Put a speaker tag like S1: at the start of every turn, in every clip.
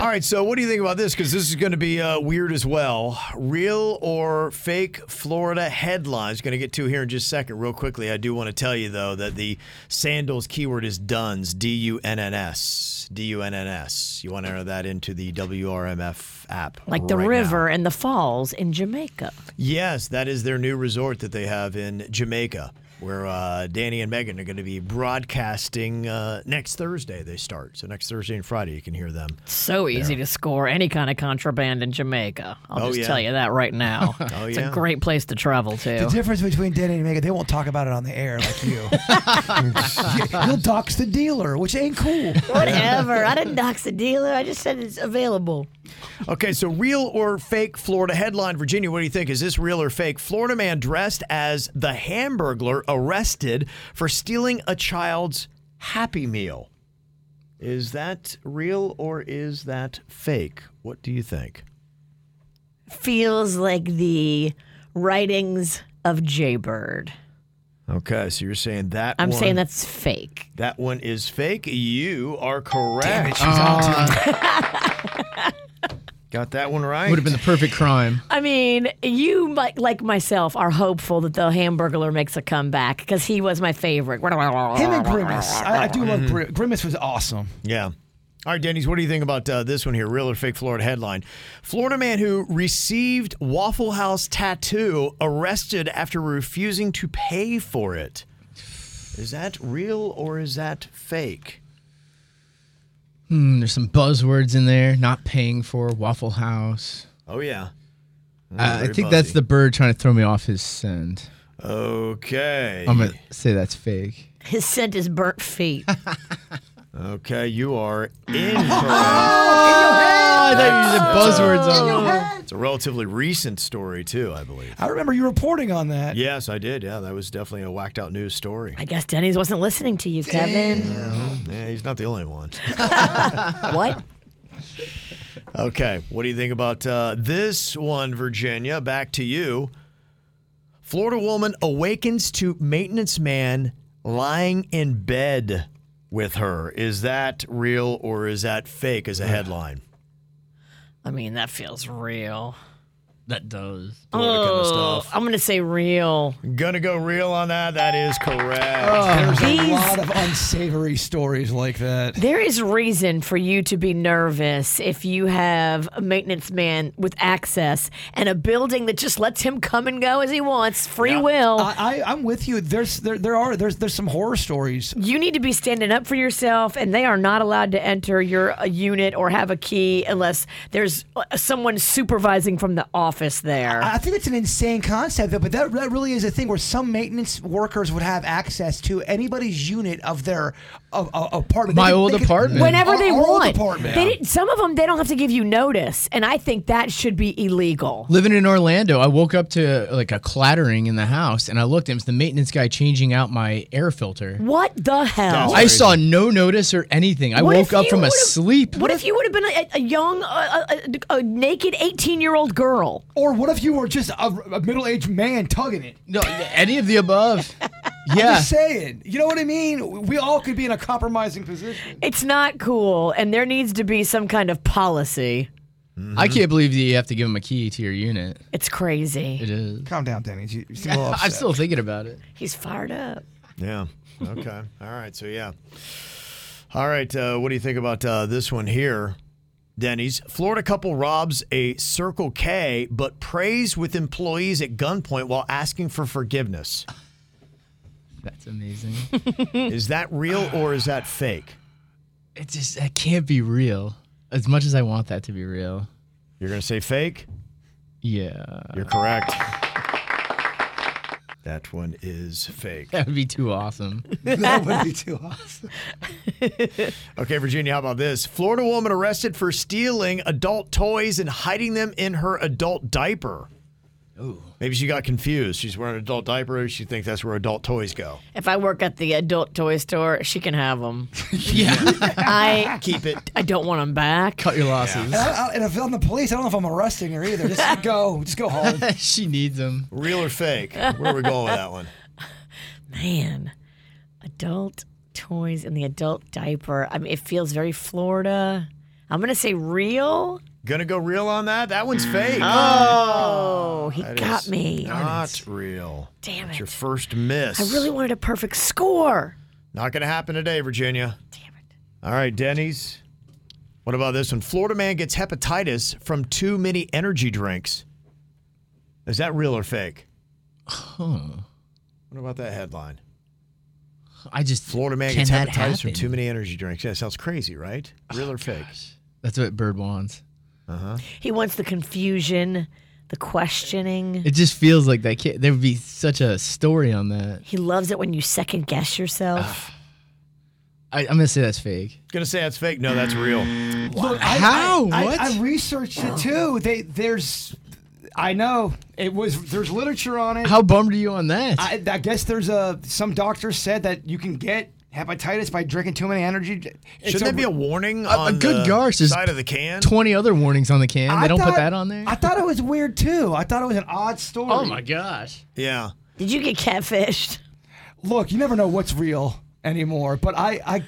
S1: All right, so what do you think about this? Because this is going to be uh, weird as well. Real or fake Florida headlines? Going to get to here in just a second. Real quickly, I do want to tell you, though, that the sandals keyword is DUNS, D U N N S. D U N N S. You want to enter that into the WRMF app.
S2: Like the
S1: right now.
S2: river and the falls in Jamaica.
S1: Yes, that is their new resort that they have in Jamaica, where uh, Danny and Megan are going to be broadcasting uh, next Thursday. They start. So next Thursday and Friday, you can hear them.
S2: So easy to score any kind of contraband in Jamaica. I'll
S1: Oh,
S2: just
S1: yeah.
S2: tell you that right now.
S1: Oh,
S2: it's
S1: yeah.
S2: a great place to travel
S3: The
S2: to.
S3: difference between Danny and Megan, they won't talk about it on the air like you. You'll dox the dealer, which ain't cool.
S2: Whatever. I didn't dox the dealer. I just said it's available.
S1: Okay, so real or fake Florida headline, Virginia. What do you think? Is this real or fake? Florida man dressed as the Hamburglar arrested for stealing a child's Happy Meal. Is that real or is that fake? What do you think?
S2: Feels like the writings of Jaybird.
S1: Okay, so you're saying that.
S2: I'm
S1: one-
S2: saying that's fake.
S1: that one is fake. You are correct. Got that one right.
S4: Would have been the perfect crime.
S2: I mean, you might, like myself are hopeful that the Hamburglar makes a comeback because he was my favorite.
S3: Him and Grimace. I, I do love Grimace. Grimace was awesome.
S1: Yeah. All right, Denny's, what do you think about uh, this one here? Real or fake Florida headline? Florida man who received Waffle House tattoo arrested after refusing to pay for it. Is that real or is that fake?
S4: Hmm, there's some buzzwords in there. Not paying for Waffle House.
S1: Oh, yeah.
S4: Uh, I
S1: very
S4: think that's
S1: buzzy.
S4: the bird trying to throw me off his scent.
S1: Okay.
S4: I'm gonna say that's fake.
S2: His scent is burnt feet.
S1: Okay, you are incorrect.
S4: I thought you used buzzwords on.
S1: it's a relatively recent story, too, I believe.
S3: I remember you reporting on that.
S1: Yes, I did. Yeah, that was definitely a whacked out news story.
S2: I guess Denny's wasn't listening to you, Kevin.
S1: Yeah, he's not the only one.
S2: what?
S1: Okay, what do you think about uh, this one, Virginia? Back to you. Florida woman awakens to maintenance man lying in bed with her. Is that real or is that fake as a headline?
S2: I mean, that feels real.
S4: That does.
S1: Florida kind of
S2: Oh,
S1: stuff.
S2: I'm gonna say real.
S1: Gonna go real on that. That is correct.
S4: Oh,
S3: There's a
S2: These-
S3: lot of unsavory stories like that.
S2: There is reason for you to be nervous if you have a maintenance man with access and a building that just lets him come and go as he wants, free
S1: Yeah.
S2: will.
S3: I, I, I'm with you. There's there, there are there's there's some horror stories.
S2: you need to be standing up for yourself, and they are not allowed to enter your uh, unit or have a key unless there's uh, someone supervising from the office there.
S3: I I think it's an insane concept, though, but that, that really is a thing where some maintenance workers would have access to anybody's unit of their of, of, apartment.
S4: My
S3: could-
S4: old
S3: could-
S4: apartment.
S2: Whenever
S3: Our-
S2: they
S3: our old
S2: want,
S3: apartment.
S2: They didn't, some of them they don't have to give you notice, and I think that should be illegal.
S4: Living in Orlando, I woke up to like a clattering in the house, and I looked. and It was the maintenance guy changing out my air filter.
S2: What the hell?
S4: I saw no notice or anything. I
S2: What
S4: woke
S2: if
S4: up
S2: you
S4: from a
S2: would've-
S4: sleep.
S2: What if you would have been a, a young, a, a, a naked 18 year old girl?
S3: Or what if you were just a, a middle aged man tugging it?
S4: No, any of the above.
S3: I'm
S4: yeah.
S3: just saying. You know what I mean? We all could be in a compromising position.
S2: It's not cool, and there needs to be some kind of policy.
S4: I can't believe that you have to give him a key to your unit.
S2: It's crazy.
S4: It is.
S3: Calm down, Danny. You, you seem a little
S4: I'm
S3: upset.
S4: still thinking about it.
S2: He's fired up.
S1: Yeah. Okay. All right. So yeah. All right. Uh, what do you think about uh, this one here? Denny's, Florida couple robs a Circle K but prays with employees at gunpoint while asking for forgiveness.
S4: That's amazing.
S1: is that real or is that fake?
S4: it just that can't be real. As much as I want that to be real.
S1: You're going to say fake?
S4: Yeah.
S1: You're correct. That one is fake.
S4: That would be too awesome.
S3: that would be too awesome.
S1: Okay, Virginia, how about this? Florida woman arrested for stealing adult toys and hiding them in her adult diaper. Ooh. Maybe she got confused. She's wearing an adult diaper. She thinks that's where adult toys go.
S2: If I work at the adult toy store, she can have them.
S4: yeah.
S2: I
S1: Keep it.
S2: I don't want them back.
S4: Cut your losses.
S3: And, I, I, and if I'm the police, I don't know if I'm arresting her either. Just go, just go home.
S4: she needs them.
S1: Real or fake? Where are we going with that one?
S2: Man, adult toys and the adult diaper. I mean, it feels very Florida. I'm gonna say real.
S1: Gonna go real on that? That one's fake.
S2: Oh, he
S1: That
S2: Oh, got
S1: is
S2: me.
S1: Not real.
S2: Damn
S1: It's
S2: it.
S1: your first miss.
S2: I really wanted a perfect score.
S1: Not gonna happen today, Virginia.
S2: Damn it.
S1: All right, Denny's. What about this one? Florida man gets hepatitis from too many energy drinks. Is that real or fake?
S4: Huh.
S1: What about that headline?
S4: I just
S1: Florida man
S4: can
S1: gets
S4: that
S1: hepatitis
S4: happen? Oh,
S1: from too many energy drinks. Yeah, it sounds crazy, right? Real or fake?
S4: That's what Bird wants.
S2: He wants the confusion, the questioning.
S4: It just feels like that kid. There would be such a story on that.
S2: He loves it when you second guess yourself.
S4: I, I'm gonna say that's fake.
S1: Gonna say that's fake? No, that's real.
S3: Look, I,
S4: How?
S3: I, I-
S4: What?
S3: I, researched it too. They there's, I know it was. There's literature on it.
S4: How bummed are you on that?
S3: I, I guess there's a some doctors said that you can get hepatitis by drinking too many energy. dr- It's
S1: Shouldn't that be a warning
S4: Uh,
S1: on
S4: good
S1: the
S4: gosh, there's
S1: side of the can?
S4: Twenty other warnings on the can.
S3: I
S4: they don't
S3: thought-
S4: put that on there.
S3: I thought it was weird too. I thought it was an odd story.
S4: oh my gosh.
S1: yeah.
S2: Did you get catfished?
S3: Look, you never know what's real anymore. But I I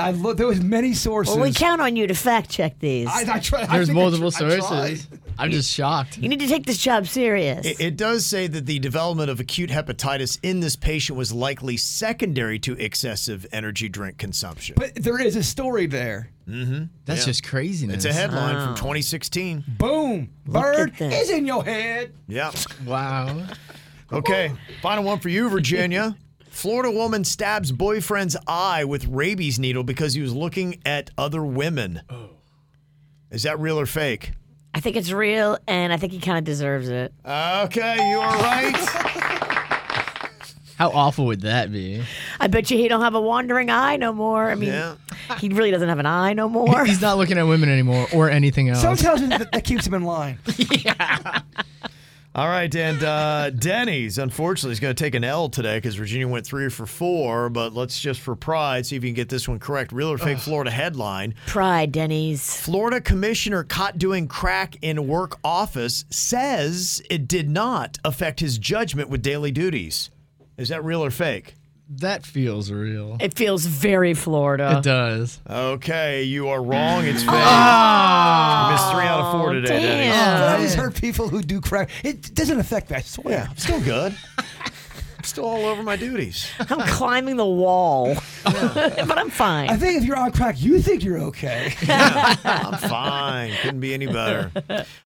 S3: I look. There was many sources.
S2: Well, we count on you to fact check these.
S3: I, I tried. I
S4: There's
S3: think I
S4: multiple
S3: tr- I tried.
S4: sources. I'm just shocked.
S2: you need to take this job serious.
S1: It, it does say that the development of acute hepatitis in this patient was likely secondary to excessive energy drink consumption.
S3: But there is a story there.
S4: That's just craziness.
S1: it's a headline from 2016.
S3: Boom.
S2: at
S3: Bird
S2: that.
S3: is in your head.
S1: Yeah.
S4: Wow.
S1: Okay. Final one for you, Virginia. Florida woman stabs boyfriend's eye with rabies needle because he was looking at other women. Is that real or fake?
S2: I think it's real, and I think he kind of deserves it.
S1: Okay, you are right.
S4: How awful would that be?
S2: I bet you he don't have a wandering eye no more. I mean,
S1: Yeah.
S2: he really doesn't have an eye no more.
S4: He's not looking at women anymore or anything else.
S3: Sometimes that, that keeps him in line.
S1: All right, and uh, Denny's unfortunately is going to take an L today because Virginia went three for four. But let's just for pride see if you can get this one correct. Real or fake Florida headline:
S2: Pride, Denny's.
S1: Florida commissioner caught doing crack in work office says it did not affect his judgment with daily duties. Is that real or fake?
S4: that feels real.
S2: It feels very Florida.
S4: it does.
S1: Okay, you are wrong. It's fake.
S4: Ah.
S2: Ah.
S1: You missed three out of four today. Denny's.
S2: Oh, Damn.
S3: I just heard people who do crack. It doesn't affect me. I swear.
S1: Oh, Yeah, I'm still good. I'm still all over my duties.
S2: I'm climbing the wall, but I'm
S3: I
S2: fine.
S3: think if you're on crack, you think you're okay.
S1: I'm fine. Couldn't be any better.